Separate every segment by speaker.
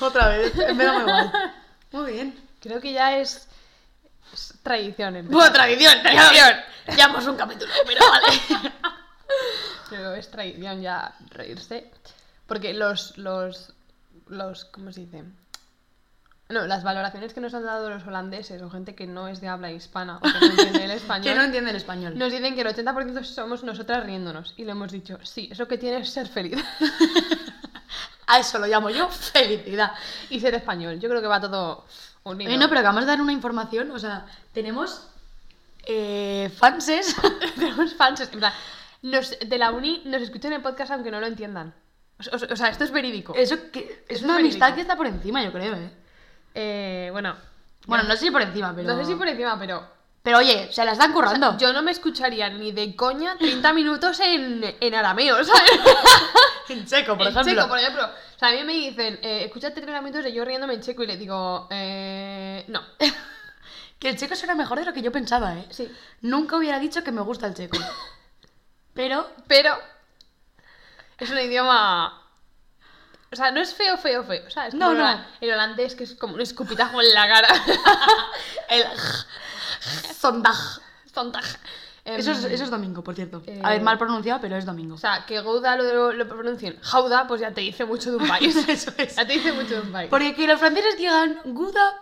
Speaker 1: Otra vez, me da muy igual. Muy bien.
Speaker 2: Creo que ya es, es tradición. empezar-
Speaker 1: Buena tradición, tradición. Llevamos un capítulo, pero vale.
Speaker 2: Pero es tradición ya reírse. Porque los, los, los, ¿cómo se dice? No, las valoraciones que nos han dado los holandeses o gente que no es de habla hispana o que no entiende el español,
Speaker 1: Que no entiende el español.
Speaker 2: nos dicen que el 80% somos nosotras riéndonos. Y lo hemos dicho, sí, eso que tienes es ser feliz.
Speaker 1: A eso lo llamo yo felicidad.
Speaker 2: y ser español. Yo creo que va todo unido.
Speaker 1: Eh, no, pero acabamos de dar una información, o sea, tenemos eh, fanses.
Speaker 2: Tenemos fans. en plan, nos- de la uni nos escuchan el podcast aunque no lo entiendan. O, o- o sea, esto es verídico.
Speaker 1: Eso que, es
Speaker 2: es
Speaker 1: una
Speaker 2: verídico.
Speaker 1: amistad que está por encima, yo creo, ¿eh?
Speaker 2: Eh, bueno,
Speaker 1: Bueno, no sé si por encima, pero...
Speaker 2: no sé si por encima, pero
Speaker 1: Pero oye, se la están currando.
Speaker 2: yo no me escucharía ni de coña 30 minutos en, en arameo, ¿sabes?
Speaker 1: En checo,
Speaker 2: En checo, por ejemplo. O sea, a mí me dicen, eh, escúchate 30 minutos de yo riéndome en checo y le digo, eh, no.
Speaker 1: Que el checo suena mejor de lo que yo pensaba, ¿eh?
Speaker 2: Sí.
Speaker 1: Nunca hubiera dicho que me gusta el checo. Pero...
Speaker 2: Pero es un idioma. O sea, no es feo, feo, feo. O sea, es como
Speaker 1: No,
Speaker 2: el
Speaker 1: no.
Speaker 2: hola- el holandés que es como un escupitajo en la cara.
Speaker 1: El... Sondaj.
Speaker 2: Zontaja. Em,
Speaker 1: Eso es, eso es domingo, por cierto. A
Speaker 2: eh,
Speaker 1: ver, mal pronunciado, pero es domingo.
Speaker 2: O sea, que Gouda lo, lo pronuncien Jauda, pues ya te dice mucho de un país.
Speaker 1: Eso es.
Speaker 2: Ya te dice mucho de un país.
Speaker 1: Porque que los franceses digan Gouda,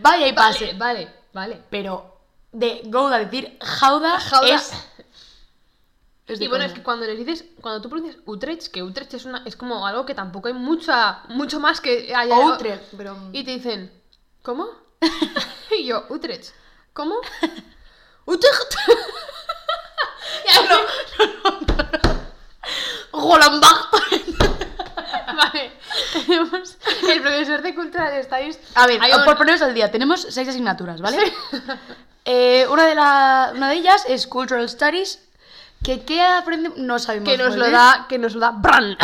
Speaker 1: vaya y pase.
Speaker 2: Vale, vale, vale.
Speaker 1: Pero de Gouda decir Jauda,
Speaker 2: Jauda.
Speaker 1: es... es de
Speaker 2: y bueno,
Speaker 1: coña.
Speaker 2: es que cuando les dices, cuando tú pronuncias Utrecht, que Utrecht es una, es como algo que tampoco hay mucha, mucho más que haya.
Speaker 1: O Utrecht, pero...
Speaker 2: Y te dicen, ¿cómo? y yo, Utrecht. ¿Cómo? Utrecht. ya no.
Speaker 1: Golambach.
Speaker 2: Vale. Tenemos el profesor de cultural studies.
Speaker 1: A ver,
Speaker 2: hay un-
Speaker 1: por poneros al día, tenemos seis asignaturas, ¿vale? Eh, una, de la- una de ellas es Cultural Studies, que ¿qué aprende? No sabemos
Speaker 2: que nos
Speaker 1: muy
Speaker 2: lo
Speaker 1: bien.
Speaker 2: da, que nos lo da Bran.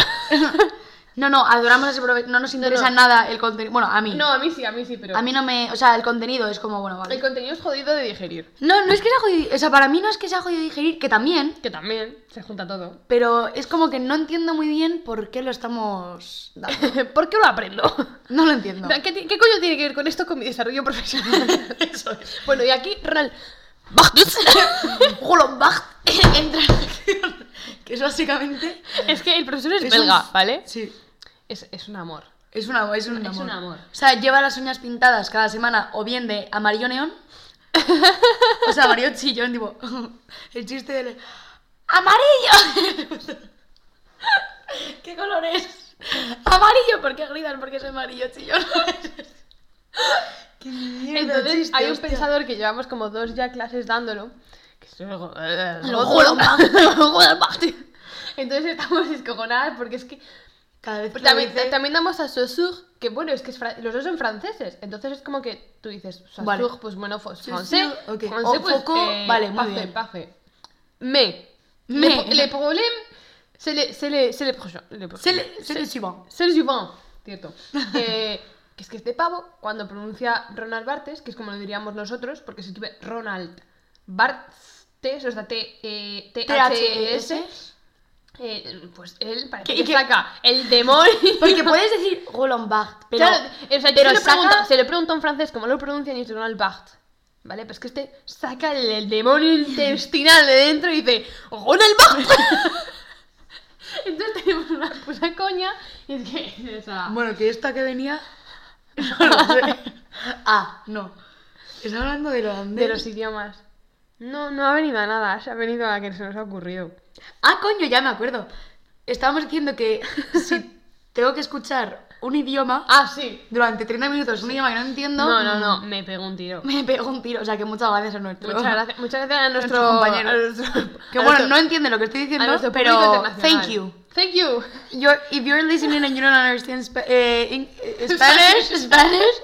Speaker 1: No, no, adoramos ese profe- no nos interesa nada el contenido, bueno, a mí.
Speaker 2: no, a mí sí, a mí sí, pero
Speaker 1: A mí no me, o sea, el contenido es como, bueno,
Speaker 2: el
Speaker 1: vale.
Speaker 2: contenido es jodido de digerir.
Speaker 1: No, no es que sea jodido, o sea, para mí no es que sea jodido digerir, que también,
Speaker 2: Que también se junta todo.
Speaker 1: pero es como que no entiendo muy bien por qué lo estamos dando.
Speaker 2: ¿Por qué lo aprendo?
Speaker 1: No lo entiendo.
Speaker 2: ¿Qué, ti- qué coño tiene que ver con esto con mi desarrollo profesional? Bueno, y aquí, Ronald.
Speaker 1: Golombach entra en acción, que es básicamente...
Speaker 2: Es que el profesor es,
Speaker 1: es un-
Speaker 2: belga, ¿vale?
Speaker 1: Sí.
Speaker 2: Es, es un amor.
Speaker 1: Es, una, es, un
Speaker 2: Es
Speaker 1: amor.
Speaker 2: un amor.
Speaker 1: O sea, lleva las uñas pintadas cada semana o bien de amarillo neón. o sea, amarillo chillón, tipo. El chiste del. ¡Amarillo! ¿Qué color es? Amarillo, ¿por qué gritan? Porque es amarillo chillón. ¡Qué mierda!
Speaker 2: Entonces, hay un pensador que llevamos como dos ya clases dándolo. Que es algo-
Speaker 1: Lo juro, ma. Lo juro, ma.
Speaker 2: Entonces estamos descojonadas porque es que.
Speaker 1: Cada vez que lo
Speaker 2: Pues También,
Speaker 1: dice-
Speaker 2: también damos a Saussure, que bueno, es que es fra- los dos son franceses. Entonces es como que tú dices Saussure,
Speaker 1: Vale.
Speaker 2: pues bueno, fo-
Speaker 1: Saussure,
Speaker 2: francés.
Speaker 1: ok.
Speaker 2: Francés,
Speaker 1: O
Speaker 2: pues.
Speaker 1: Foucault, vale, muy
Speaker 2: parfait,
Speaker 1: bien.
Speaker 2: parfait. Mais.
Speaker 1: Mais.
Speaker 2: Le, pro- le problème, c'est le, c'est le, c'est le prochain. le prochain.
Speaker 1: Se le- Se le chivan.
Speaker 2: C'est le suivant, cierto. Eh, que es que este pavo, cuando pronuncia Ronald Bartes, que es como lo diríamos nosotros, porque si tuve Ronald Bartes, o sea, T, eh,
Speaker 1: E
Speaker 2: T-H-E-S,
Speaker 1: THS.
Speaker 2: eh, pues él parece
Speaker 1: Que-
Speaker 2: que,
Speaker 1: que-
Speaker 2: saca el demonio.
Speaker 1: Porque puedes decir Golombach, pero.
Speaker 2: Claro, o sea, yo
Speaker 1: pero
Speaker 2: se, lo
Speaker 1: saca-
Speaker 2: pregunto, se lo pregunto en francés cómo lo pronuncian y es Ronald Bartes. ¿Vale? Pues que este saca el, el demonio intestinal de dentro y dice ¡Ronald Bartes! Entonces tenemos una puta coña y es que, o sea,
Speaker 1: Bueno, que esta que venía. No lo sé. Ah, no. Estás hablando del holandés.
Speaker 2: de los idiomas. No, no ha venido a nada, se ha venido a que se nos ha ocurrido.
Speaker 1: Ah, coño, ya me acuerdo. Estábamos diciendo que si tengo que escuchar un idioma
Speaker 2: Ah, sí.
Speaker 1: durante 30 minutos, un idioma que no entiendo.
Speaker 2: No, no, no, me pegó un tiro.
Speaker 1: Me pego un tiro. O sea, que muchas gracias a nuestro.
Speaker 2: Muchas gracias, muchas gracias a nuestro,
Speaker 1: nuestro compañero.
Speaker 2: a nuestro-
Speaker 1: Que
Speaker 2: a
Speaker 1: bueno,
Speaker 2: nuestro-
Speaker 1: no entiende lo que estoy
Speaker 2: a
Speaker 1: diciendo,
Speaker 2: nuestro público
Speaker 1: pero
Speaker 2: internacional.
Speaker 1: thank you.
Speaker 2: Thank you.
Speaker 1: You're, if you're listening and you don't understand Spa- eh, in- eh, Spanish, Spanish,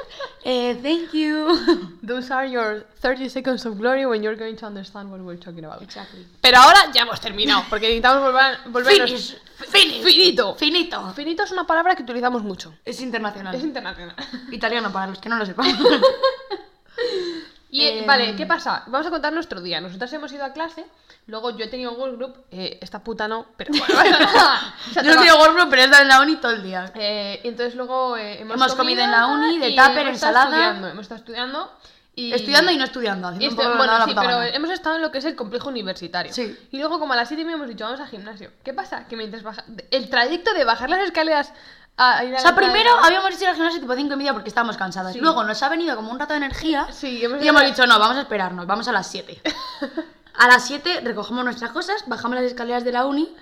Speaker 1: eh, thank you.
Speaker 2: Those are your 30 seconds of glory when you're going to understand what we're talking about.
Speaker 1: Exactly.
Speaker 2: Pero ahora ya hemos terminado, porque necesitamos volver, a- volvernos-
Speaker 1: Finish, finish.
Speaker 2: Finito.
Speaker 1: Finito.
Speaker 2: Finito es una palabra que utilizamos mucho.
Speaker 1: Ah. Es internacional.
Speaker 2: Es internacional.
Speaker 1: Italiano, para los que no lo sepan.
Speaker 2: Y eh,
Speaker 1: Em.
Speaker 2: vale, ¿qué pasa? Vamos a contar nuestro día. Nosotras hemos ido a clase, luego yo he tenido Google Group, eh, esta puta no, pero bueno, no pasa nada. O sea,
Speaker 1: Yo no
Speaker 2: te
Speaker 1: tengo
Speaker 2: va-
Speaker 1: gorro, pero es de la uni todo el día.
Speaker 2: Eh, y entonces luego eh, hemos,
Speaker 1: Hemos comido en la uni, de
Speaker 2: y
Speaker 1: tupper,
Speaker 2: hemos estado
Speaker 1: ensalada.
Speaker 2: Estudiando, hemos estado estudiando y...
Speaker 1: Estudiando y no estudiando,
Speaker 2: y
Speaker 1: haciendo un
Speaker 2: estu-
Speaker 1: poco de
Speaker 2: bueno,
Speaker 1: nada la
Speaker 2: sí,
Speaker 1: puta
Speaker 2: pero
Speaker 1: gana.
Speaker 2: hemos estado en lo que es el complejo universitario.
Speaker 1: Sí.
Speaker 2: Y luego como a las 7 y media hemos dicho, vamos al gimnasio. ¿Qué pasa? Que mientras baja... El trayecto de bajar las escaleras a ir a
Speaker 1: O sea,
Speaker 2: la entrada-
Speaker 1: primero habíamos ido al gimnasio tipo 5 y media porque estábamos cansadas.
Speaker 2: Sí.
Speaker 1: Luego nos ha venido como un rato de energía.
Speaker 2: Sí, pues hemos
Speaker 1: Y hemos dicho, no, vamos a esperarnos, vamos a las 7. A las 7 recogemos nuestras cosas, bajamos las escaleras de la uni.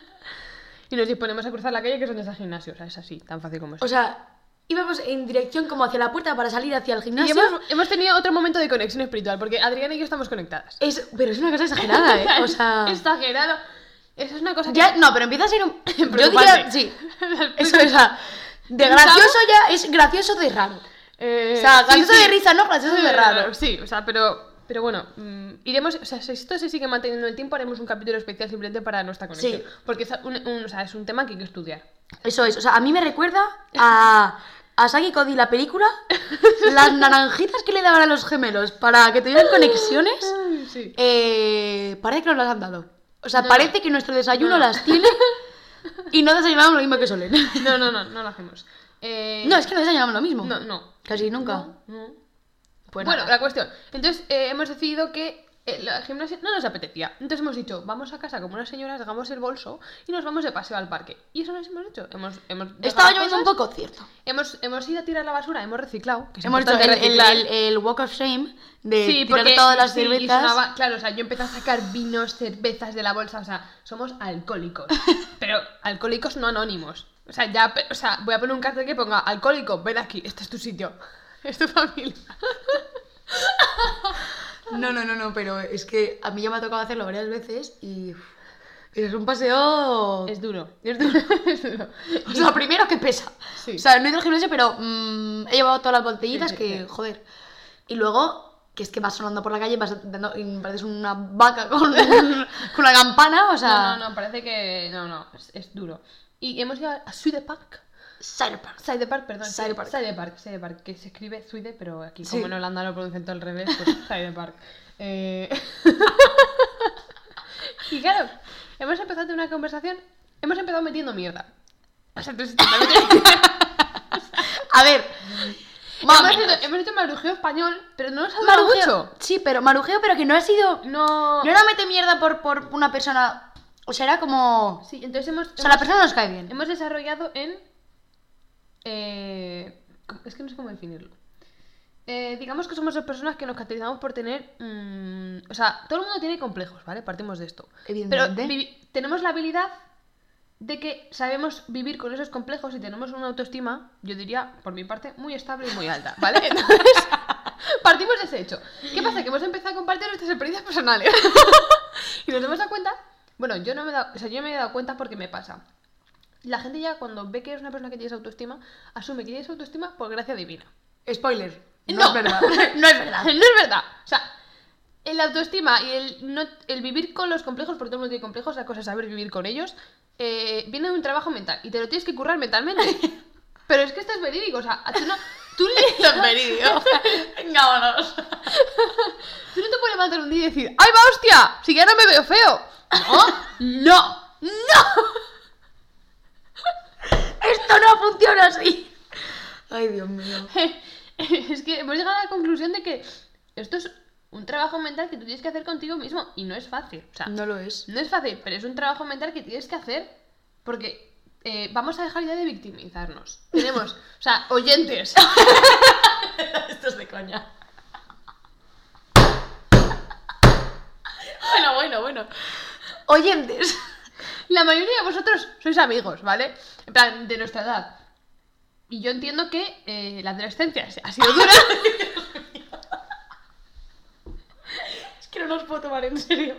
Speaker 2: Y nos disponemos a cruzar la calle que es donde está el gimnasio. O sea, es así, tan fácil como es.
Speaker 1: O sea, íbamos en dirección como hacia la puerta para salir hacia el
Speaker 2: y
Speaker 1: gimnasio.
Speaker 2: hemos, hemos tenido otro momento de conexión espiritual, porque Adriana y yo estamos conectadas.
Speaker 1: Es, pero es una cosa exagerada, ¿eh? O sea...
Speaker 2: Exagerado. Eso es una cosa
Speaker 1: Ya, no, pero empieza a ser un...
Speaker 2: que...
Speaker 1: Yo diría,
Speaker 2: preocupante.
Speaker 1: sí.
Speaker 2: Es-
Speaker 1: Eso, o sea, de
Speaker 2: ¿Pensamos?
Speaker 1: gracioso ya es gracioso de raro.
Speaker 2: eh,
Speaker 1: O sea,
Speaker 2: sí,
Speaker 1: gracioso
Speaker 2: sí.
Speaker 1: de risa, no gracioso de raro.
Speaker 2: Sí, o sea, pero... Pero bueno, mm, iremos, o sea, si esto se sigue manteniendo el tiempo, haremos un capítulo especial simplemente para nuestra conexión.
Speaker 1: Sí.
Speaker 2: Porque es un, un- o sea, es un tema que hay que estudiar.
Speaker 1: Eso es, o sea, a mí me recuerda a, a Saki Cody la película, las naranjitas que le daban a los gemelos para que tuvieran conexiones.
Speaker 2: Sí.
Speaker 1: Eh, parece que nos las han dado. O sea,
Speaker 2: No.
Speaker 1: parece que nuestro desayuno
Speaker 2: No.
Speaker 1: las tiene y no desayunamos lo mismo que Solen.
Speaker 2: No, no, no, no lo hacemos. Eh,
Speaker 1: No, es que no desayunamos lo mismo.
Speaker 2: No, no.
Speaker 1: Casi nunca.
Speaker 2: No.
Speaker 1: Pues
Speaker 2: bueno,
Speaker 1: nada.
Speaker 2: la cuestión. Entonces eh, hemos decidido que el gimnasio no nos apetecía. Entonces hemos dicho, vamos a casa como unas señoras, dejamos el bolso y nos vamos de paseo al parque. Y eso nos hemos hecho. Hemos, hemos dejado
Speaker 1: Estaba lloviendo un
Speaker 2: cosas,
Speaker 1: poco, cierto.
Speaker 2: Hemos, hemos ido a tirar la basura, hemos reciclado. que es
Speaker 1: Hemos hecho el,
Speaker 2: importante
Speaker 1: el,
Speaker 2: reciclar.
Speaker 1: el- el walk of shame de
Speaker 2: Sí,
Speaker 1: tirar
Speaker 2: porque
Speaker 1: todas las
Speaker 2: sí, y
Speaker 1: cervezas.
Speaker 2: sonaba- claro, o sea, yo empecé a sacar vinos, cervezas de la bolsa, o sea, somos alcohólicos. pero alcohólicos no anónimos. O sea, ya, pe- o sea, voy a poner un cartel que ponga alcohólico, ven aquí, este es tu sitio. Es tu familia.
Speaker 1: No, no, no, no, pero es que a mí ya me ha tocado hacerlo varias veces y uf, es un paseo...
Speaker 2: Es duro. Es duro. es duro.
Speaker 1: O sea, primero que pesa.
Speaker 2: Sí.
Speaker 1: O sea, no he ido al gimnasio, pero mm, he llevado todas las botellitas
Speaker 2: Sí, sí,
Speaker 1: que,
Speaker 2: sí.
Speaker 1: joder. Y luego, que es que vas sonando por la calle, vas dando, y pareces una vaca con, con una campana, o sea...
Speaker 2: No, no, no, parece que. No, no, es, es duro. Y hemos llegado a Suide Park.
Speaker 1: Cider Park.
Speaker 2: Suide Park, perdón.
Speaker 1: Zuide Park.
Speaker 2: Zuide Park, Zuide Park, que se escribe Suide, pero aquí,
Speaker 1: Sí.
Speaker 2: como en Holanda lo pronuncian todo al revés, pues Suide Park. Eh, y claro, hemos empezado a tener una conversación. Hemos empezado metiendo mierda. O sea, entonces,
Speaker 1: A ver... más o
Speaker 2: hemos,
Speaker 1: menos.
Speaker 2: hecho, hemos hecho marujeo español, pero no nos ha durado
Speaker 1: Marujeo.
Speaker 2: mucho.
Speaker 1: Sí, pero marujeo, pero que no ha sido...
Speaker 2: No.
Speaker 1: No era mete mierda por, por una persona... O sea, era como...
Speaker 2: Sí, entonces hemos.
Speaker 1: O sea, la
Speaker 2: hemos-
Speaker 1: persona nos cae bien.
Speaker 2: Hemos desarrollado en. eh, es que no sé cómo definirlo. Eh, digamos que somos dos personas que nos caracterizamos por tener. mm, o sea, todo el mundo tiene complejos, ¿vale? Partimos de esto. Pero
Speaker 1: Evidentemente.
Speaker 2: vivi- tenemos la habilidad de que sabemos vivir con esos complejos y tenemos una autoestima, yo diría, por mi parte, muy estable y muy alta, ¿vale? Entonces, partimos de ese hecho. ¿Qué pasa? Que hemos empezado a compartir nuestras experiencias personales. y nos hemos dado cuenta. Bueno, yo no me he dado. O sea, yo me he dado cuenta porque me pasa. La gente ya cuando ve que eres una persona que tienes autoestima, asume que tienes autoestima por gracia divina.
Speaker 1: Spoiler.
Speaker 2: No.
Speaker 1: no es verdad.
Speaker 2: no es verdad. O sea, el autoestima y el, no, el vivir con los complejos, porque todo el mundo tiene complejos, la cosa es saber vivir con ellos, eh, viene de un trabajo mental y te lo tienes que currar mentalmente. Pero es que esto es verídico, o sea, tú no, tú le-
Speaker 1: Venga, vámonos.
Speaker 2: tú no te puedes levantar un día y decir, ¡ay, va hostia! Si ya no me veo feo. No, no, no.
Speaker 1: Esto no funciona así. Ay, Dios mío.
Speaker 2: es que hemos llegado a la conclusión de que esto es un trabajo mental que tú tienes que hacer contigo mismo y no es fácil. O sea,
Speaker 1: No lo es.
Speaker 2: No es fácil, pero es un trabajo mental que tienes que hacer porque eh, vamos a dejar ya de victimizarnos. Tenemos, o sea, oyentes.
Speaker 1: Esto es de coña. Bueno, bueno, bueno. Oyentes.
Speaker 2: La mayoría de vosotros sois amigos, ¿vale? En plan, de nuestra edad. Y yo entiendo que eh, la adolescencia ha sido dura.
Speaker 1: Es que no los puedo tomar en serio.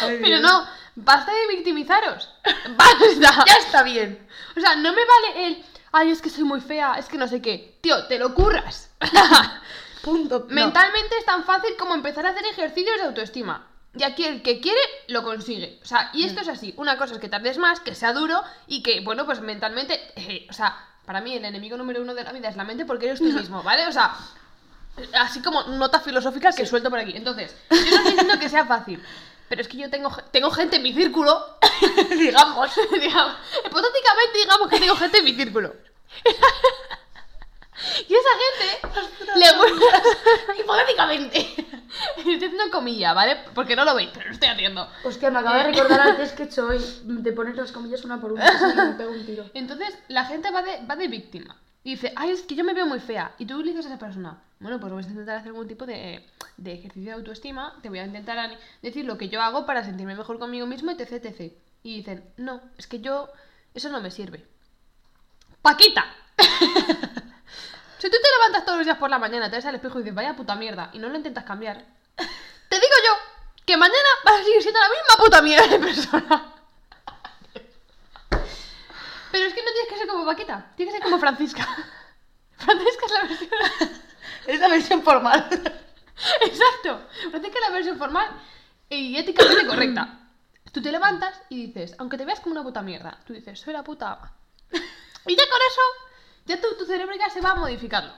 Speaker 2: pero no, basta de victimizaros. ¡Basta!
Speaker 1: Ya está bien.
Speaker 2: O sea, no me vale el, ay, es que soy muy fea, es que no sé qué. Tío, te lo curras. O sea,
Speaker 1: Punto.
Speaker 2: Mentalmente es tan fácil como empezar a hacer ejercicios de autoestima. Y aquí el que quiere, lo consigue. O sea, y esto es así. Una cosa es que tardes más, que sea duro y que, bueno, pues mentalmente... eh, o sea, para mí el enemigo número uno de la vida es la mente porque eres tú mismo, ¿vale? O sea, Así como nota filosófica que suelto por aquí. Entonces, yo no estoy diciendo que sea fácil. Pero es que yo tengo, ge- tengo gente en mi círculo, digamos, digamos, hipotéticamente digamos que tengo gente en mi círculo. y esa gente le gusta...
Speaker 1: Hipotéticamente.
Speaker 2: Estoy haciendo comilla, ¿vale? Porque no lo veis, pero lo estoy haciendo.
Speaker 1: Hostia, me acabo de recordar antes que he hecho hoy de poner las comillas una por una y me pego un tiro.
Speaker 2: Entonces, la gente va de, va de víctima. Y dice, ay, es que yo me veo muy fea. Y tú le dices a esa persona, bueno, pues voy a intentar hacer algún tipo de, de ejercicio de autoestima, te voy a intentar ani- decir lo que yo hago para sentirme mejor conmigo mismo, etc, etc. Y dicen, no, es que yo, eso no me sirve. ¡Paquita! si tú te levantas todos los días por la mañana, te ves al espejo y dices, vaya puta mierda, y no lo intentas cambiar, te digo yo que mañana vas a seguir siendo la misma puta mierda de persona. Pero es que no tienes que ser como Paquita, tienes que ser como Francisca. Francisca es la versión.
Speaker 1: Es la versión formal.
Speaker 2: Exacto. Francisca es la versión formal y éticamente correcta. Tú te levantas y dices, aunque te veas como una puta mierda, tú dices, soy la puta ama. Y ya con eso, ya tu, tu cerebro ya se va modificando.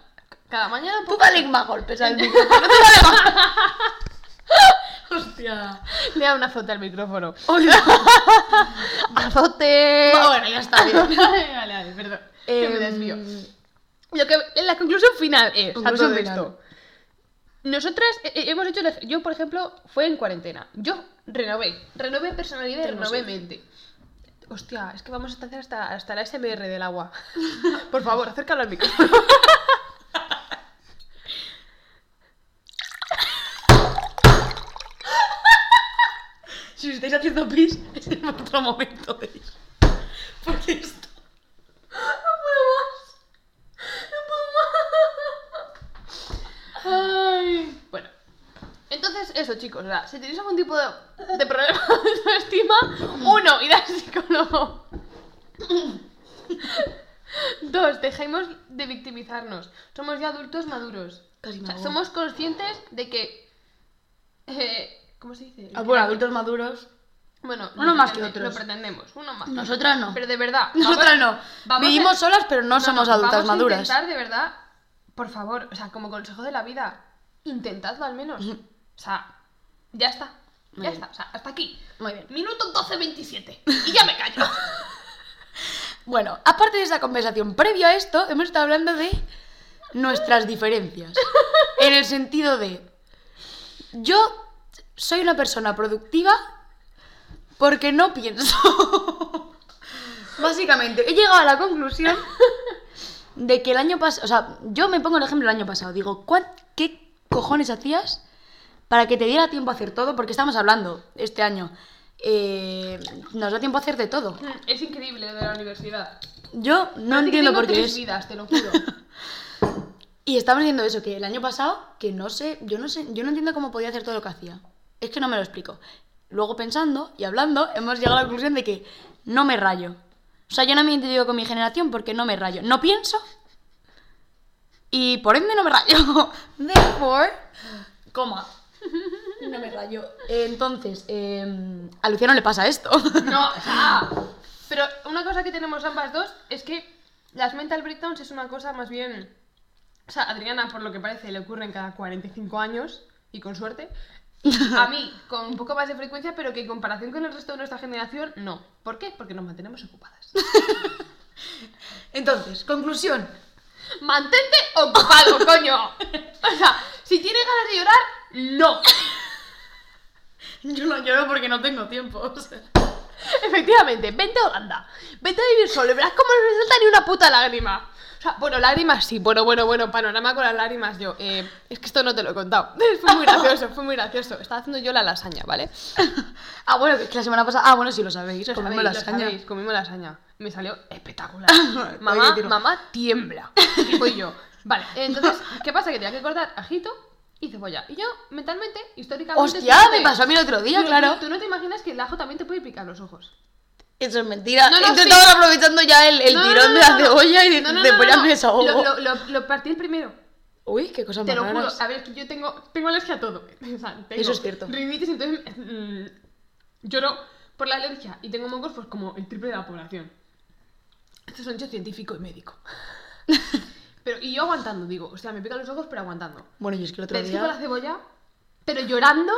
Speaker 2: Cada mañana un
Speaker 1: Tú
Speaker 2: poco.
Speaker 1: dale más golpes al micrófono. Hostia.
Speaker 2: Le da un azote al micrófono.
Speaker 1: Hola. Em,
Speaker 2: ¡Azote!
Speaker 1: bueno, ya está bien.
Speaker 2: vale, vale, vale, perdón. que
Speaker 1: Eh,
Speaker 2: me
Speaker 1: Em,
Speaker 2: desvío. Lo que, la conclusión final es,
Speaker 1: Conclusión
Speaker 2: a todo
Speaker 1: final.
Speaker 2: esto. Nosotras eh, eh, hemos hecho, el ej- yo por ejemplo, fue en cuarentena. Yo renové, renové personalidad y
Speaker 1: Tenemos
Speaker 2: renové
Speaker 1: otra.
Speaker 2: mente. Hostia, es que vamos a hacer hasta, hasta la SMR del agua. Por favor, acércalo al micrófono.
Speaker 1: Si os estáis haciendo pis, este es el otro momento de ir. Porque esto.
Speaker 2: Ah, Ay. Bueno, entonces eso chicos, o sea, si tenéis algún tipo de, de problema de autoestima, uno, ir al psicólogo. Dos, dejemos de victimizarnos. Somos ya adultos maduros.
Speaker 1: Casi me
Speaker 2: O sea,
Speaker 1: ahogo.
Speaker 2: somos conscientes de que... eh, ¿Cómo se dice?
Speaker 1: Ah, bueno, adultos maduros.
Speaker 2: Bueno,
Speaker 1: Uno
Speaker 2: lo
Speaker 1: más que
Speaker 2: pretende-
Speaker 1: otros.
Speaker 2: Lo pretendemos, uno más. que otro.
Speaker 1: Nosotras no.
Speaker 2: Pero de verdad.
Speaker 1: Nosotras no.
Speaker 2: vamos a-
Speaker 1: Vivimos solas, pero no, somos adultas
Speaker 2: vamos
Speaker 1: maduras.
Speaker 2: A intentar, de verdad, por favor, o sea, como consejo de la vida, intentadlo al menos.
Speaker 1: Ujú.
Speaker 2: O sea, ya está. Ya
Speaker 1: Muy bien.
Speaker 2: está. O sea, hasta aquí.
Speaker 1: Muy bien.
Speaker 2: Minuto 12.27. Y ya me callo.
Speaker 1: Bueno, aparte de esa conversación, previo a esto, hemos estado hablando de nuestras diferencias. En el sentido de. Yo soy una persona productiva porque no pienso. Básicamente, he llegado a la conclusión de que el año pasado. O sea, yo me pongo el ejemplo del año pasado. Digo, "¿Cuán- ¿qué cojones hacías para que te diera tiempo a hacer todo? Porque estamos hablando este año. eh, nos da tiempo a hacer de todo.
Speaker 2: es increíble lo de la universidad.
Speaker 1: Yo no
Speaker 2: Parece que
Speaker 1: entiendo
Speaker 2: tengo
Speaker 1: por qué
Speaker 2: tres
Speaker 1: es.
Speaker 2: vidas, te lo juro.
Speaker 1: Y estamos diciendo eso, que el año pasado, que no sé, yo no sé, yo no entiendo cómo podía hacer todo lo que hacía. Es que no me lo explico. Luego pensando y hablando, hemos llegado a la conclusión de que no me rayo. O sea, yo no me identifico con mi generación porque no me rayo. No pienso y por ende no me rayo. Therefore, coma. No me rayo. Entonces, eh, a Luciano le pasa esto.
Speaker 2: No, o sea, Pero una cosa que tenemos ambas dos es que las mental breakdowns es una cosa más bien. O sea, a Adriana, por lo que parece, le ocurren cada 45 años y con suerte. Y a mí, con un poco más de frecuencia, pero que en comparación con el resto de nuestra generación, no. ¿Por qué? Porque nos mantenemos ocupadas.
Speaker 1: Entonces, conclusión.
Speaker 2: ¡Mantente ocupado, coño! O sea, si tienes ganas de llorar, no.
Speaker 1: Yo no lloro porque no tengo tiempo. o sea.
Speaker 2: Efectivamente, vente a Holanda. Vente a vivir solo y verás cómo no te salta ni una puta lágrima. O sea, bueno, lágrimas sí, bueno, bueno, bueno, panorama con las lágrimas yo. Eh, es que esto no te lo he contado. Fue muy gracioso, fue muy gracioso. Estaba haciendo yo la lasaña, ¿vale?
Speaker 1: Ah, bueno, que es que la semana pasada. Ah, bueno, sí lo sabéis.
Speaker 2: Lo
Speaker 1: comedme
Speaker 2: sabéis, lo
Speaker 1: lasaña.
Speaker 2: sabéis, comimos lasaña. Me salió espectacular. mamá,
Speaker 1: Oye, tiro.
Speaker 2: mamá tiembla. Y Fui yo. Vale, entonces, ¿qué pasa? Que tenía que cortar ajito y cebolla. Y yo, mentalmente, históricamente...
Speaker 1: Hostia,
Speaker 2: tú no
Speaker 1: me
Speaker 2: te-
Speaker 1: pasó a mí el otro día,
Speaker 2: tú-
Speaker 1: claro.
Speaker 2: Tú no te imaginas que el ajo también te puede picar los ojos.
Speaker 1: Eso es mentira.
Speaker 2: No, no,
Speaker 1: Entonces
Speaker 2: sí.
Speaker 1: estaban aprovechando ya el, el
Speaker 2: No, no,
Speaker 1: tirón
Speaker 2: no,
Speaker 1: de la
Speaker 2: no, no.
Speaker 1: cebolla y
Speaker 2: No, no, no,
Speaker 1: después ya
Speaker 2: no, no.
Speaker 1: me desahogo.
Speaker 2: Lo, lo- lo- lo partí el primero.
Speaker 1: Uy, qué cosa
Speaker 2: Te
Speaker 1: más
Speaker 2: lo juro.
Speaker 1: raras.
Speaker 2: A ver, es que yo tengo, tengo alergia a todo. O sea, tengo
Speaker 1: Eso es cierto.
Speaker 2: Rinitis, entonces mm, lloro por la alergia y tengo mocos pues como el triple de la población. Esto es un hecho científico y médico. Pero, y yo aguantando, digo, o sea, me pican los ojos, pero aguantando.
Speaker 1: Bueno, yo es que el otro
Speaker 2: Le chupo la
Speaker 1: día.
Speaker 2: cebolla, pero llorando,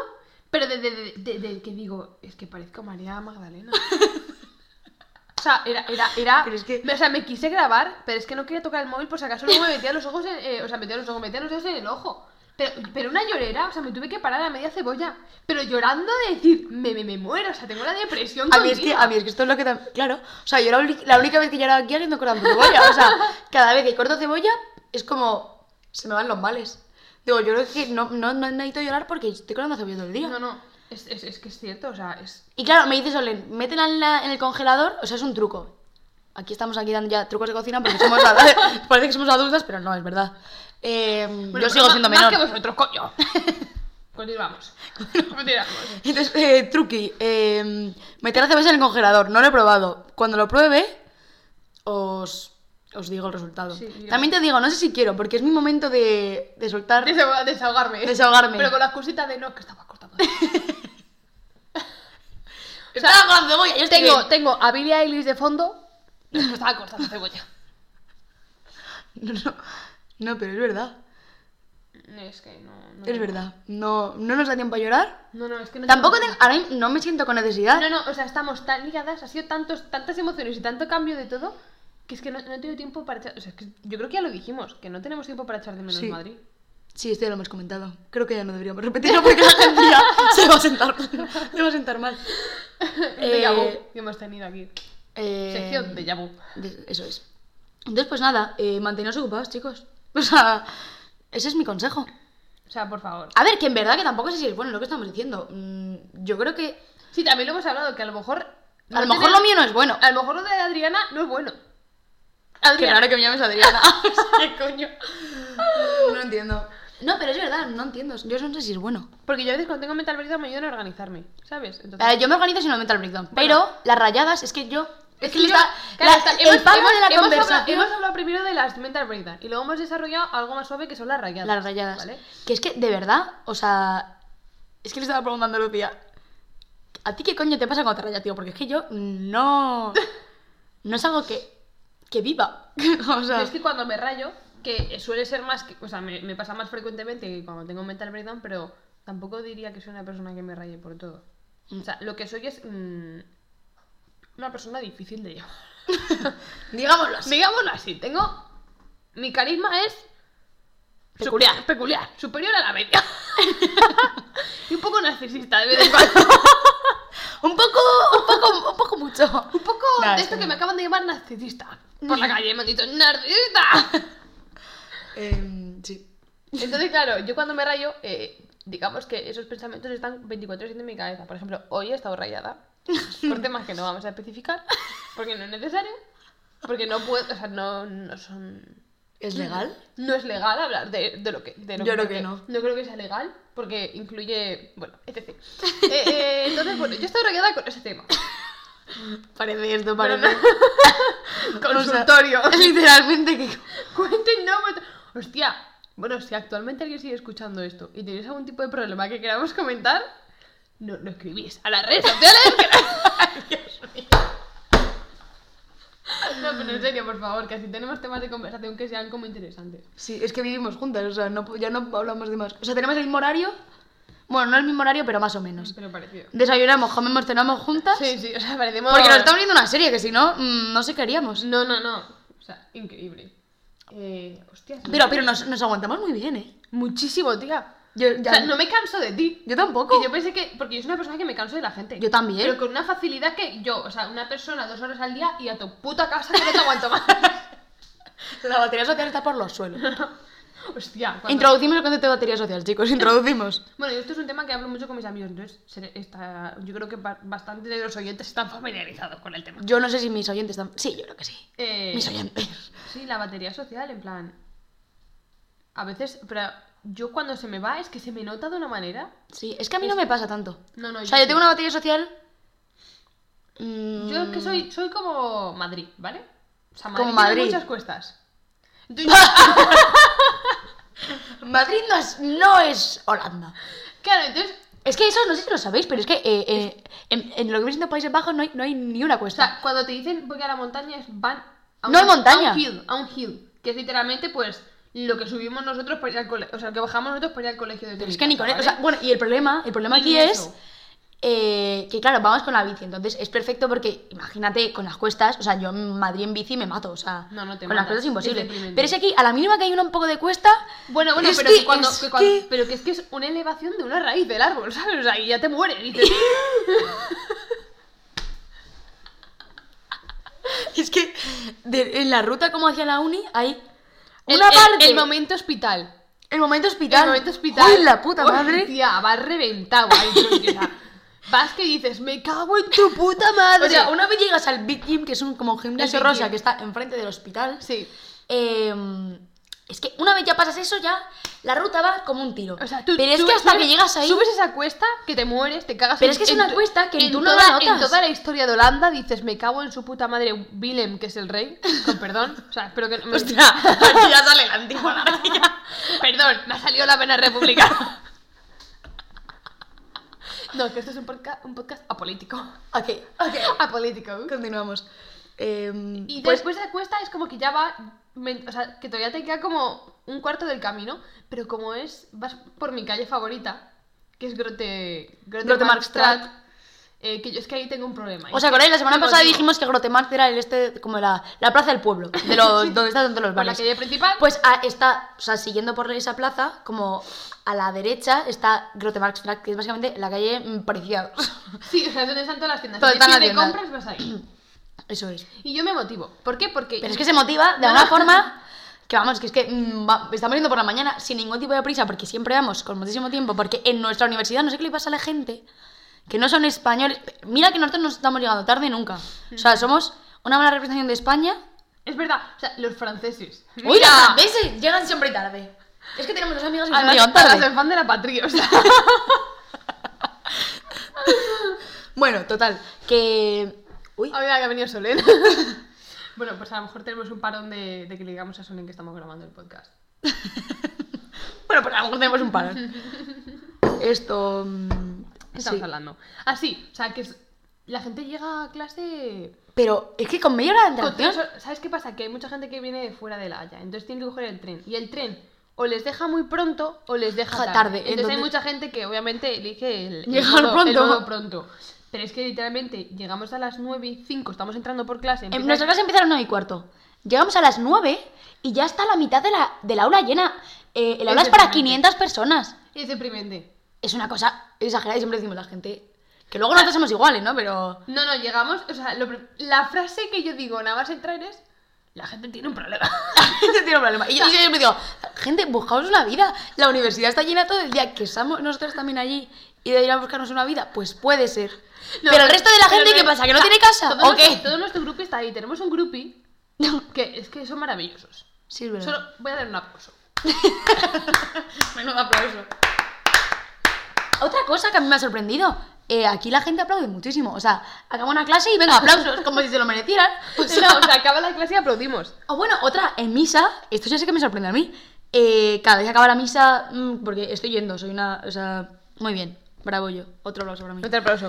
Speaker 2: pero de, de, de- de- del que digo, es que parezco María Magdalena. O sea, era, era, era.
Speaker 1: Pero es que-
Speaker 2: O sea, me quise grabar, pero es que no quería tocar el móvil por si acaso luego me metía los ojos en, eh, O sea, metía los ojos, metía los dedos en el ojo. Pero, pero una llorera, o sea, me tuve que parar a media cebolla. Pero llorando de decir, me, me, me muero, o sea, tengo la depresión.
Speaker 1: A mí, es que,
Speaker 2: conmigo.
Speaker 1: a mí es que esto es lo que tam- Claro, o sea, yo la, uni- la única vez que he llorado aquí ha sido cortando cebolla. O sea, cada vez que corto cebolla es como. Se me van los males. Digo, yo creo que no, no, no necesito llorar porque estoy cortando cebolla todo el día.
Speaker 2: No, no, es, es, es que es cierto, o sea, es.
Speaker 1: Y claro, me dice Solen, métela en, la- en el congelador, o sea, es un truco. Aquí estamos aquí dando ya trucos de cocina porque somos ad- parece que somos adultas, pero no, es verdad. Eh,
Speaker 2: Bueno,
Speaker 1: yo sigo
Speaker 2: más-
Speaker 1: siendo
Speaker 2: más
Speaker 1: menor.
Speaker 2: que vosotros, coño. Continuamos. Continuamos.
Speaker 1: Entonces, eh, truqui, eh, meter la cebolla en el congelador, no lo he probado. Cuando lo pruebe, os, os digo el resultado.
Speaker 2: Sí, mira.
Speaker 1: También te digo, no sé si quiero, porque es mi momento de, de soltar,
Speaker 2: Desahog- desahogarme.
Speaker 1: desahogarme.
Speaker 2: Pero con las cositas de no, que estaba cortando.
Speaker 1: O sea, Estaba con cebolla, yo estoy
Speaker 2: tengo,
Speaker 1: bien.
Speaker 2: tengo a Billie Eilish de fondo. no, es que estaba cortando cebolla.
Speaker 1: No, no, no, pero es verdad,
Speaker 2: Es que no. no
Speaker 1: es
Speaker 2: tengo-
Speaker 1: verdad. No, no nos da tiempo a llorar.
Speaker 2: No, no, es que no.
Speaker 1: Tampoco
Speaker 2: tengo-
Speaker 1: tengo, ahora mismo no me siento con necesidad.
Speaker 2: No, no, o sea, estamos tan ligadas, ha sido tantos, tantas emociones y tanto cambio de todo que es que no, no he tenido tiempo para echar. O sea, es que yo creo que ya lo dijimos, que no tenemos tiempo para echar de menos
Speaker 1: Sí.
Speaker 2: Madrid.
Speaker 1: Sí, esto ya lo hemos comentado. Creo que ya no deberíamos repetirlo porque la gente ya se va a sentar, se va a sentar mal.
Speaker 2: De Déjà vu que hemos tenido aquí.
Speaker 1: eh,
Speaker 2: Sección de Yabu.
Speaker 1: de- Eso es. Entonces, pues nada, eh, manteneos ocupados, chicos. O sea, ese es mi consejo.
Speaker 2: O sea, por favor.
Speaker 1: A ver, que en verdad que tampoco sé si es bueno lo que estamos diciendo. Mm, yo creo que
Speaker 2: Sí, también lo hemos hablado, que a lo mejor.
Speaker 1: a lo
Speaker 2: no
Speaker 1: mejor
Speaker 2: tener-
Speaker 1: lo mío no es bueno.
Speaker 2: A lo mejor lo de Adriana no es bueno.
Speaker 1: Que
Speaker 2: Adriana.
Speaker 1: raro que me llames Adriana.
Speaker 2: ¿Qué coño?
Speaker 1: no entiendo. No, pero es verdad, no entiendo. Yo eso no sé si es bueno.
Speaker 2: Porque yo a veces cuando tengo mental breakdown me ayudan a organizarme, ¿sabes? Entonces,
Speaker 1: A ver, Eh, yo me organizo si no me meto al breakdown. Pero las rayadas es que yo. Es que le
Speaker 2: yo-
Speaker 1: está.
Speaker 2: claro,
Speaker 1: la-
Speaker 2: está-
Speaker 1: el pago de la
Speaker 2: hablado-
Speaker 1: conversación.
Speaker 2: hemos hablado primero de las mental breakdown y luego hemos desarrollado algo más suave que son las rayadas.
Speaker 1: Las rayadas. Ah.
Speaker 2: ¿Vale?
Speaker 1: Que es que, de verdad, o sea. Es que le estaba preguntando a Lucía. ¿A ti qué coño te pasa cuando te rayas, tío? Porque es que yo no. No es algo que. que viva. o
Speaker 2: Yo
Speaker 1: sea.
Speaker 2: es que cuando me rayo, que suele ser más que. O sea, me, me pasa más frecuentemente que cuando tengo mental breakdown, pero tampoco diría que soy una persona que me raye por todo. O sea, lo que soy es. mm, una persona difícil de llevar.
Speaker 1: Digámoslo así.
Speaker 2: Digámoslo así, tengo. Mi carisma es.
Speaker 1: Peculiar.
Speaker 2: supe- peculiar. Superior a la media. y un poco narcisista de vez en cuando.
Speaker 1: Un poco. un poco. un poco mucho.
Speaker 2: Un poco
Speaker 1: Nah,
Speaker 2: de
Speaker 1: es
Speaker 2: esto
Speaker 1: que
Speaker 2: que
Speaker 1: no.
Speaker 2: me acaban de llamar narcisista. Por la calle me han dicho ¡Narcisista!
Speaker 1: Em, sí.
Speaker 2: Entonces, claro, yo cuando me rayo, eh, digamos que esos pensamientos están 24-7 en mi cabeza. Por ejemplo, hoy he estado rayada. Por temas que no vamos a especificar. Porque no es necesario. Porque no puedo. O sea, no, no son.
Speaker 1: ¿Es legal?
Speaker 2: No es legal hablar de, de lo que. de lo
Speaker 1: Yo creo que
Speaker 2: porque
Speaker 1: no.
Speaker 2: No creo que sea legal porque incluye. Bueno, etc. Eh, eh, entonces, bueno, yo estoy rayada con ese tema.
Speaker 1: Parece esto, parece.
Speaker 2: Consultorio.
Speaker 1: O sea, literalmente que.
Speaker 2: Cuéntenos vuestra- Hostia. Bueno, si actualmente alguien sigue escuchando esto y tenéis algún tipo de problema que queramos comentar, no lo escribís a las redes sociales. No, pero en serio, por favor, que así tenemos temas de conversación que sean como interesantes.
Speaker 1: Sí, es que vivimos juntas, o sea, no, po- ya no hablamos de más. O sea, tenemos el mismo horario. Bueno, no el mismo horario, pero más o menos.
Speaker 2: Pero parecido.
Speaker 1: Desayunamos, comemos, cenamos juntas.
Speaker 2: Sí, sí, o sea, parecemos.
Speaker 1: Porque nos estamos viendo una serie, que si no, mm, no sé qué haríamos.
Speaker 2: No, no, no. O sea, increíble. Eh, hostia. sí.
Speaker 1: Pero, pero nos, nos aguantamos muy bien, ¿eh?
Speaker 2: Muchísimo, tía.
Speaker 1: Yo,
Speaker 2: O
Speaker 1: ya-
Speaker 2: sea, no me canso de ti.
Speaker 1: yo
Speaker 2: Que
Speaker 1: tampoco.
Speaker 2: yo pensé que. Porque yo soy una persona que me canso de la gente.
Speaker 1: Yo también.
Speaker 2: Pero con una facilidad que yo, o sea, una persona dos horas al día y a tu puta casa que no te aguanto más.
Speaker 1: La batería social está por los suelos.
Speaker 2: Hostia. cuando-
Speaker 1: Introducimos el concepto de batería social, chicos, introducimos.
Speaker 2: Bueno, y esto es un tema que hablo mucho con mis amigos, entonces seré- está... yo creo que ba- bastante de los oyentes están familiarizados con el tema.
Speaker 1: Yo no sé si mis oyentes están... Sí, yo creo que sí.
Speaker 2: Eh,
Speaker 1: Mis oyentes.
Speaker 2: Sí, la batería social, en plan. A veces, pero yo cuando se me va es que se me nota de una manera.
Speaker 1: Sí, es que a mí no me pasa tanto.
Speaker 2: No, no,
Speaker 1: O sea, yo tengo una batería social... mm,
Speaker 2: Yo es que soy, soy como Madrid, ¿vale? O sea,
Speaker 1: Como
Speaker 2: Madrid, tiene
Speaker 1: Madrid.
Speaker 2: muchas cuestas. Entonces,
Speaker 1: Madrid no es, no es Holanda.
Speaker 2: claro, entonces
Speaker 1: Es que eso no sé si lo sabéis, pero es que eh, eh, en, en lo que viene siendo Países Bajos no hay, no hay ni una
Speaker 2: O
Speaker 1: cuesta.
Speaker 2: sea, cuando te dicen voy a la montaña es van a
Speaker 1: No hay montaña.
Speaker 2: A un hill, a un hill, que es literalmente pues lo que subimos nosotros para ir al colegio. O sea, lo que bajamos nosotros para ir al colegio de
Speaker 1: Pero
Speaker 2: mi
Speaker 1: es que ni con
Speaker 2: casa,
Speaker 1: él, o
Speaker 2: ¿vale?
Speaker 1: sea, bueno, y el problema, el problema
Speaker 2: Y
Speaker 1: aquí
Speaker 2: eso.
Speaker 1: es eh, que claro, vamos con la bici, entonces es perfecto porque imagínate con las cuestas, o sea, yo en Madrid en bici me mato, o sea,
Speaker 2: No, no te
Speaker 1: con las
Speaker 2: matas,
Speaker 1: cuestas es imposible.
Speaker 2: es deprimente.
Speaker 1: pero es que aquí a la mínima que hay una un poco de cuesta,
Speaker 2: Bueno, bueno,
Speaker 1: Es
Speaker 2: pero
Speaker 1: que-
Speaker 2: que, cuando,
Speaker 1: es
Speaker 2: que cuando-
Speaker 1: que-
Speaker 2: Pero que es que es una elevación de una raíz del árbol, ¿sabes? O sea, y ya te mueres. Y dices,
Speaker 1: es que de- en la ruta como hacia la uni hay
Speaker 2: el-
Speaker 1: una
Speaker 2: el-
Speaker 1: parte
Speaker 2: El momento hospital.
Speaker 1: el momento hospital.
Speaker 2: El momento hospital.
Speaker 1: ¡Uy, la puta madre.
Speaker 2: Tía, vas reventado ahí. porque, o sea, vas que dices, me cago en tu puta madre.
Speaker 1: O sea, una vez llegas al Big Gym, que es un como gimnasio
Speaker 2: El Big
Speaker 1: rosa
Speaker 2: Gym.
Speaker 1: que está enfrente del hospital,
Speaker 2: Sí.
Speaker 1: eh, es que una vez ya pasas eso, ya la ruta va como un tiro.
Speaker 2: O sea, tú,
Speaker 1: pero es
Speaker 2: tú-
Speaker 1: que hasta
Speaker 2: tú-
Speaker 1: que llegas ahí.
Speaker 2: Subes esa cuesta que te mueres, te cagas
Speaker 1: Pero
Speaker 2: en-
Speaker 1: es que es
Speaker 2: en
Speaker 1: una
Speaker 2: tu-
Speaker 1: cuesta que tú no
Speaker 2: toda,
Speaker 1: la notas.
Speaker 2: En toda la historia de Holanda dices, me cago en su puta madre Willem, que es el rey. Con perdón. O sea, espero que no me.
Speaker 1: Hostia, aquí ya sale la antimonarquía.
Speaker 2: Perdón, me ha salido la pena republicana. No, que esto es un podcast, un podcast apolítico.
Speaker 1: Ok, ok.
Speaker 2: Apolítico.
Speaker 1: Continuamos. Em,
Speaker 2: Y
Speaker 1: pues,
Speaker 2: después de la cuesta es como que ya va. men- O sea, que todavía te queda como un cuarto del camino, pero como es. Vas por mi calle favorita, que es Grote.
Speaker 1: Grote Marktstraat.
Speaker 2: Marktstraat, eh, que yo es que ahí tengo un problema.
Speaker 1: o sea, con él la semana
Speaker 2: Te lo
Speaker 1: pasada
Speaker 2: digo.
Speaker 1: dijimos que Grotemarkt era el este, como la, la plaza del pueblo, de los, donde están todos los
Speaker 2: Por la
Speaker 1: bares.
Speaker 2: calle principal.
Speaker 1: Pues ah, está, o sea, siguiendo por esa plaza, como a la derecha está Grotemarktstraat, que es básicamente la calle mm, parecida.
Speaker 2: Sí, o sea, es donde están todas las tiendas.
Speaker 1: Donde
Speaker 2: Si
Speaker 1: están las
Speaker 2: te
Speaker 1: tiendas.
Speaker 2: compras, vas ahí.
Speaker 1: Eso es.
Speaker 2: Y yo me motivo. ¿Por qué? Porque.
Speaker 1: Pero es que se motiva de
Speaker 2: No,
Speaker 1: una
Speaker 2: no.
Speaker 1: forma que vamos, que es que mm, va- estamos yendo por la mañana sin ningún tipo de prisa porque siempre vamos con muchísimo tiempo porque en nuestra universidad no sé qué le pasa a la gente que no son españoles. Mira que nosotros no estamos llegando tarde nunca. O sea, somos una mala representación de España.
Speaker 2: Es verdad, o sea, los franceses.
Speaker 1: ¡Uy,
Speaker 2: Mira.
Speaker 1: los franceses llegan siempre tarde! Es que tenemos dos amigas que siempre llegan
Speaker 2: Además,
Speaker 1: tarde.
Speaker 2: se fan de la patria, o sea.
Speaker 1: Bueno, total, que... Uy,
Speaker 2: Ah, mira, que ha venido Solen. bueno, pues a lo mejor tenemos un parón de, de que le digamos a Solen que estamos grabando el podcast.
Speaker 1: bueno, pues a lo mejor tenemos un parón. Esto... mm,
Speaker 2: ¿Qué estamos
Speaker 1: sí.
Speaker 2: hablando? Así, o sea, que es- la gente llega a clase...
Speaker 1: Pero es que con media hora de
Speaker 2: con
Speaker 1: antelación...
Speaker 2: tres hor- ¿Sabes qué pasa? Que hay mucha gente que viene de fuera de La Haya, entonces tienen que coger el tren. Y el tren o les deja muy pronto o les deja
Speaker 1: Ja,
Speaker 2: tarde.
Speaker 1: tarde,
Speaker 2: Entonces,
Speaker 1: entonces-
Speaker 2: hay mucha gente que obviamente elige el, el
Speaker 1: Llegar
Speaker 2: modo-
Speaker 1: pronto.
Speaker 2: el modo pronto. Pero es que literalmente llegamos a las 9 y 5, estamos entrando por clase.
Speaker 1: Em,
Speaker 2: empieza-
Speaker 1: Nuestra clase empieza a las 9 y cuarto. Llegamos a las 9 y ya está la mitad de la, del aula llena. Eh, el aula es para
Speaker 2: Efectivamente.
Speaker 1: 500 personas.
Speaker 2: Es deprimente.
Speaker 1: Es una cosa exagerada y siempre decimos la gente. Que luego nosotros somos iguales, ¿no? Pero.
Speaker 2: No, no, llegamos. O sea, lo pr- la frase que yo digo nada más entrar es: La gente tiene un problema.
Speaker 1: Yo tengo un problema. Y yo, y yo siempre digo, gente, buscaos una vida. La universidad está llena todo el día. Que estamos nosotros también allí y de ir a buscarnos una vida. Pues puede ser.
Speaker 2: No,
Speaker 1: pero el resto de la
Speaker 2: pero Ah,
Speaker 1: gente,
Speaker 2: no-
Speaker 1: ¿qué pasa? ¿Que no
Speaker 2: o sea,
Speaker 1: tiene casa?
Speaker 2: Todo,
Speaker 1: ¿O qué?
Speaker 2: nuestro, todo nuestro grupo está ahí. Tenemos un grupi que es que son maravillosos.
Speaker 1: Sí, es verdad.
Speaker 2: Solo voy a dar un aplauso.
Speaker 1: Menudo aplauso. Otra cosa que a mí me ha sorprendido. eh, aquí la gente aplaude muchísimo. O sea, acaba una clase y venga, aplausos, como si se lo merecieran. O, sea-
Speaker 2: no, o sea, acaba la clase y aplaudimos.
Speaker 1: o bueno, otra, en misa, esto ya sé que me sorprende a mí. eh, cada vez que acaba la misa, mm, porque estoy yendo, soy una. O sea, muy bien, bravo yo. Otro aplauso para mí.
Speaker 2: Otro aplauso.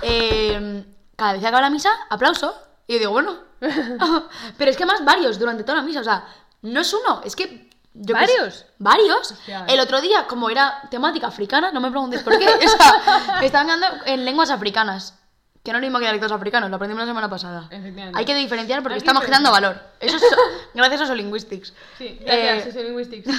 Speaker 1: Eh, cada vez que acaba la misa, aplauso. Y yo digo, bueno. Pero es que más varios durante toda la misa. O sea, no es uno, es que. yo qué sé,
Speaker 2: ¿Varios?
Speaker 1: varios.
Speaker 2: Hostia.
Speaker 1: El otro día, como era temática africana, no me preguntes por qué. o sea, estaban dando en lenguas africanas. Que no es lo mismo que dialectos africanos, lo aprendimos la semana pasada.
Speaker 2: Efectivamente.
Speaker 1: Hay que diferenciar porque
Speaker 2: Hay que
Speaker 1: estamos generando valor.
Speaker 2: diferenciar.
Speaker 1: Eso es so- gracias a Solinguistics.
Speaker 2: Sí,
Speaker 1: Eh,
Speaker 2: gracias, Socio Linguistics.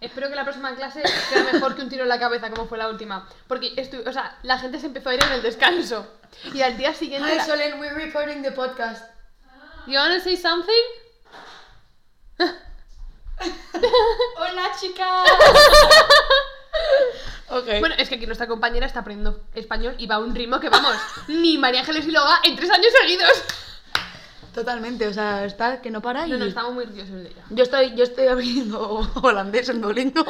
Speaker 2: Espero que la próxima clase sea mejor que un tiro en la cabeza, como fue la última. Porque, estu- o sea, la gente se empezó a ir en el descanso. Y al día siguiente. la-
Speaker 1: Solen, we're recording the podcast.
Speaker 2: You wanna say something?
Speaker 1: Hola, chicas. ok.
Speaker 2: Bueno, es que aquí nuestra compañera está aprendiendo español y va a un ritmo que vamos, ni María Ángeles y Loga en tres años seguidos.
Speaker 1: Totalmente, o sea, está que no para y...
Speaker 2: No, no, estamos muy nerviosos de ella.
Speaker 1: Yo estoy, yo estoy abriendo holandés en Duolingo.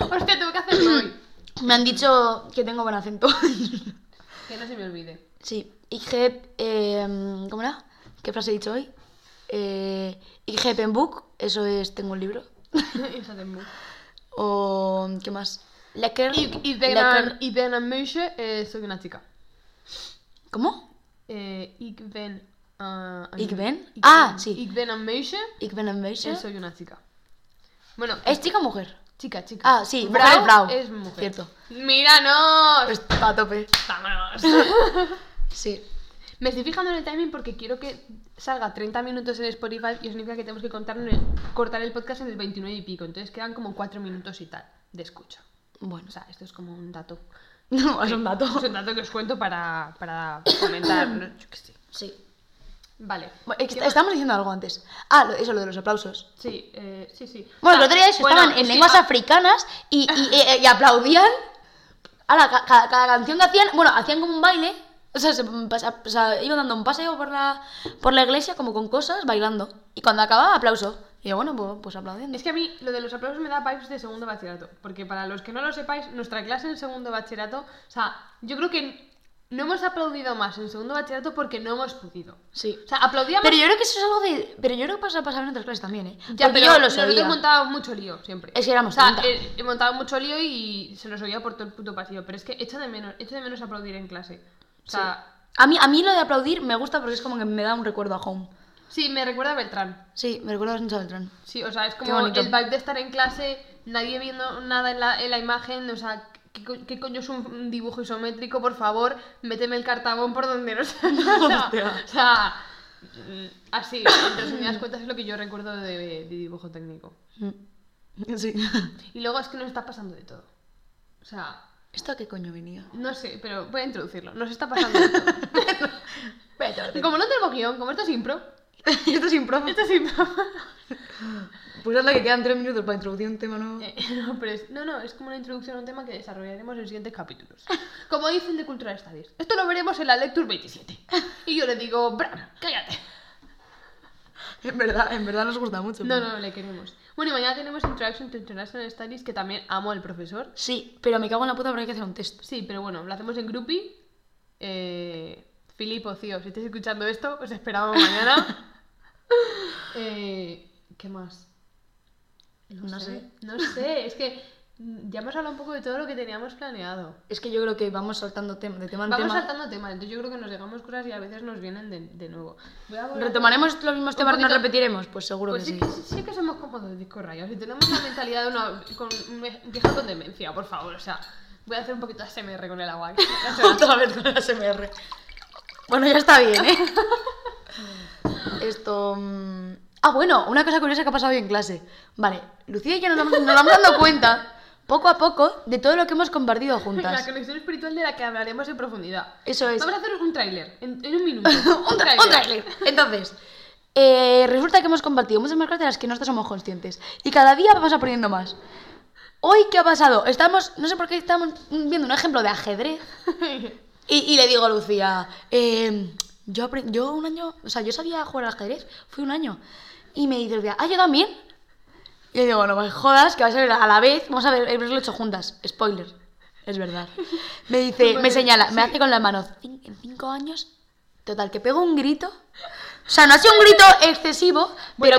Speaker 2: Hostia, tengo que hacerlo hoy.
Speaker 1: Me han dicho que tengo buen acento.
Speaker 2: Que no se me olvide.
Speaker 1: sí. Ik heb, eh, ¿cómo era? ¿Qué frase he dicho hoy? Eh, ik heb een boek, eso es tengo un libro.
Speaker 2: Eso de mu.
Speaker 1: O ¿qué más? Lekker.
Speaker 2: Y- Y
Speaker 1: lekker-
Speaker 2: ben y ben een meisje, eh, soy una chica.
Speaker 1: ¿Cómo?
Speaker 2: Eh, ik ben... eh, een-
Speaker 1: Ik ben?
Speaker 2: ik
Speaker 1: Ah,
Speaker 2: ben-
Speaker 1: sí.
Speaker 2: Ik ben een meisje,
Speaker 1: Ik ben een
Speaker 2: eh,
Speaker 1: meisje.
Speaker 2: soy una chica. Bueno,
Speaker 1: ¿Es chica o mujer?
Speaker 2: chica, chica.
Speaker 1: Ah, sí, mujer
Speaker 2: Brau
Speaker 1: es Brau.
Speaker 2: Es mujer.
Speaker 1: Cierto.
Speaker 2: Míranos.
Speaker 1: Pues está a tope.
Speaker 2: Vámonos.
Speaker 1: Sí.
Speaker 2: Me estoy fijando en el timing porque quiero que salga 30 minutos en Spotify y eso significa que tenemos que contar en el- cortar el podcast en el 29 y pico. Entonces quedan como 4 minutos y tal de escucha.
Speaker 1: Bueno,
Speaker 2: O sea, esto es como un dato.
Speaker 1: no, es un dato.
Speaker 2: Es un dato que os cuento para, para comentar. ¿no? Yo qué sé.
Speaker 1: Sí.
Speaker 2: Vale.
Speaker 1: Bueno, es que estábamos diciendo algo antes. Ah, lo- eso, lo de los aplausos.
Speaker 2: Sí, eh, sí, sí.
Speaker 1: Bueno, el
Speaker 2: Ah,
Speaker 1: otro día eso,
Speaker 2: bueno,
Speaker 1: estaban en
Speaker 2: sí,
Speaker 1: lenguas
Speaker 2: ah,
Speaker 1: africanas y, y- eh, y aplaudían. Ahora, ca- ca- cada, canción que hacían, bueno, hacían como un baile. O sea, se pasa- o sea, iban dando un paseo por la, por la iglesia, como con cosas, bailando. Y cuando acababa, aplauso. Y yo, bueno, pues, pues aplaudiendo.
Speaker 2: Es que a mí lo de los aplausos me da vibes de segundo bachillerato. Porque para los que no lo sepáis, nuestra clase en segundo bachillerato, o sea, yo creo que no hemos aplaudido más en segundo bachillerato porque no hemos podido.
Speaker 1: Sí.
Speaker 2: O sea, aplaudíamos.
Speaker 1: Pero yo creo que eso es algo de. Pero yo creo que pasa, pasaba en otras clases también, ¿eh?
Speaker 2: ya,
Speaker 1: Porque
Speaker 2: pero
Speaker 1: yo lo
Speaker 2: Nosotros
Speaker 1: sabía.
Speaker 2: montábamos mucho lío siempre.
Speaker 1: Es que éramos
Speaker 2: O sea,
Speaker 1: tontas.
Speaker 2: eh, he montado mucho lío y se nos oía por todo el puto pasillo. Pero es que echo de menos, echo de menos aplaudir en clase. O sea,
Speaker 1: A mí, a mí lo de aplaudir me gusta porque es como que me da un recuerdo a home.
Speaker 2: sí, me recuerda a Beltrán.
Speaker 1: Sí, me recuerda mucho a Beltrán.
Speaker 2: Sí, o sea, es
Speaker 1: Qué
Speaker 2: como el
Speaker 1: bonito.
Speaker 2: vibe de estar en clase, nadie viendo nada en la, en la imagen, o sea, ¿qué, co- qué coño es un, un dibujo isométrico? Por favor, méteme el cartabón por donde no sea. nada.
Speaker 1: Hostia.
Speaker 2: o sea, mm, así, en resumidas cuentas es lo que yo recuerdo de, de dibujo técnico.
Speaker 1: Mm. Sí.
Speaker 2: Y luego es que nos está pasando de todo. O sea,
Speaker 1: ¿Esto a qué coño venía?
Speaker 2: no sé, pero voy a introducirlo. Nos está pasando de todo. como no tengo guión, como esto es impro,
Speaker 1: Esto es improviso.
Speaker 2: esto es impro.
Speaker 1: Pues es la que quedan tres minutos para introducir un tema nuevo.
Speaker 2: Eh, no, pero es, no, no, es como una introducción a un tema que desarrollaremos en siguientes capítulos. Como dicen de Cultural Studies, esto lo veremos en la Lecture 27. Y yo le digo, Bram, cállate.
Speaker 1: En verdad, en verdad nos gusta mucho.
Speaker 2: No, no, le queremos. Bueno, y mañana tenemos Introduction to International Studies, que también amo al profesor.
Speaker 1: Sí, pero me cago en la puta porque hay que hacer un test.
Speaker 2: Sí, pero bueno, lo hacemos en groupie. Eh, Filipo, tío, si estáis escuchando esto, os esperamos mañana. Eh, ¿Qué más?
Speaker 1: No sé.
Speaker 2: No sé, es que mm, ya hemos hablado un poco de todo lo que teníamos planeado.
Speaker 1: Es que yo creo que vamos saltando tema- de tema en
Speaker 2: Vamos
Speaker 1: tema.
Speaker 2: saltando temas, entonces yo creo que nos dejamos cosas y a veces nos vienen de, de nuevo. Voy a volver-
Speaker 1: ¿Retomaremos los mismos
Speaker 2: Un
Speaker 1: temas? ¿Nos
Speaker 2: poquito-
Speaker 1: repetiremos? Pues seguro
Speaker 2: Pues
Speaker 1: que
Speaker 2: sí,
Speaker 1: sí.
Speaker 2: que, sí que somos como dos discos rayados y tenemos la mentalidad de una con, me- vieja con demencia, por favor. O sea, voy a hacer un poquito de ASMR con el agua. que-
Speaker 1: Otra vez con el ASMR. Bueno, ya está bien, ¿eh? Esto. mm, Ah, bueno, una cosa curiosa que ha pasado hoy en clase. Vale, Lucía y yo nos vamos, nos vamos dando cuenta, poco a poco, de todo lo que hemos compartido
Speaker 2: La
Speaker 1: juntas.
Speaker 2: conexión espiritual de la que hablaremos en profundidad.
Speaker 1: Eso es.
Speaker 2: Vamos a hacer un tráiler en, en un minuto.
Speaker 1: un tra- un tráiler. Entonces, eh, resulta que hemos compartido muchas más cosas de las que nosotros somos conscientes. Y cada día vamos aprendiendo más. Hoy, ¿qué ha pasado? Estamos, no sé por qué, estamos viendo un ejemplo de ajedrez. Y, y le digo a Lucía, eh, yo, apre- yo un año, o sea, yo sabía jugar al ajedrez, fui un año. Y me dice Lucía, ah, yo también. Y le digo, no me jodas, que va a ser a la vez, vamos a ver, haberlo hecho juntas. Spoiler, es verdad. Me dice, me
Speaker 2: Vale,
Speaker 1: señala, me hace con la mano, "Cin- en cinco años, total, que pego un grito. O sea, no ha sido un grito excesivo,
Speaker 2: Bueno,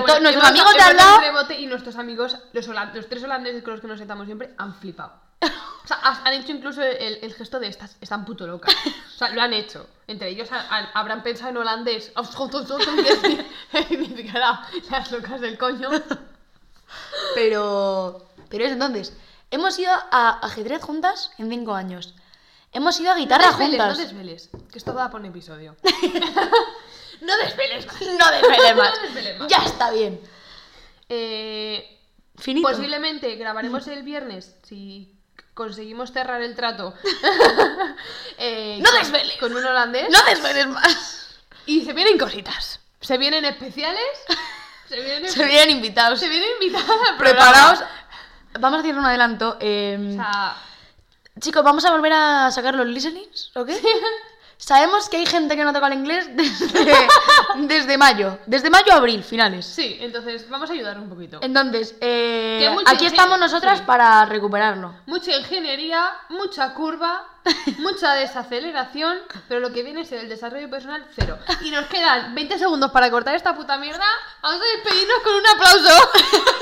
Speaker 1: pero to-
Speaker 2: bueno,
Speaker 1: nuestros
Speaker 2: hemos-
Speaker 1: amigos de
Speaker 2: hemos
Speaker 1: al
Speaker 2: dado
Speaker 1: lado...
Speaker 2: un rebote y nuestros amigos, los, holan- los tres holandeses con los que nos sentamos siempre, han flipado. O sea, has- han hecho incluso el, el gesto de estas, están puto locas. O sea, lo han hecho. Entre ellos han- han- habrán pensado en holandés. que significará las locas del coño.
Speaker 1: Pero. Pero es entonces. Hemos ido a ajedrez juntas en cinco años. Hemos ido a guitarra
Speaker 2: no desveles,
Speaker 1: juntas.
Speaker 2: No desveles, que esto va a poner episodio. no desveles más.
Speaker 1: No desveles más.
Speaker 2: No desveles más.
Speaker 1: ya está bien.
Speaker 2: Eh,
Speaker 1: Finito.
Speaker 2: Posiblemente grabaremos el viernes si conseguimos cerrar el trato. Eh,
Speaker 1: No
Speaker 2: con-
Speaker 1: desveles.
Speaker 2: Con un holandés.
Speaker 1: No desveles más.
Speaker 2: Y se vienen cositas. Se vienen especiales. Se vienen,
Speaker 1: Se vienen invitados.
Speaker 2: se vienen invitadas al programa.
Speaker 1: Preparaos. Vamos a hacer un adelanto. eh,
Speaker 2: O sea,
Speaker 1: Chicos, vamos a volver a sacar los listenings, ¿ok? Sabemos que hay gente que no toca el inglés desde, desde mayo. Desde mayo a abril, finales.
Speaker 2: sí, entonces vamos a ayudar un poquito.
Speaker 1: Entonces, eh,
Speaker 2: Que mucho
Speaker 1: aquí
Speaker 2: ingenio,
Speaker 1: estamos nosotras
Speaker 2: sí.
Speaker 1: para recuperarlo.
Speaker 2: Mucha ingeniería, mucha curva, mucha desaceleración, pero lo que viene es el desarrollo personal cero. Y nos quedan 20 segundos para cortar esta puta mierda. Vamos a despedirnos con un aplauso.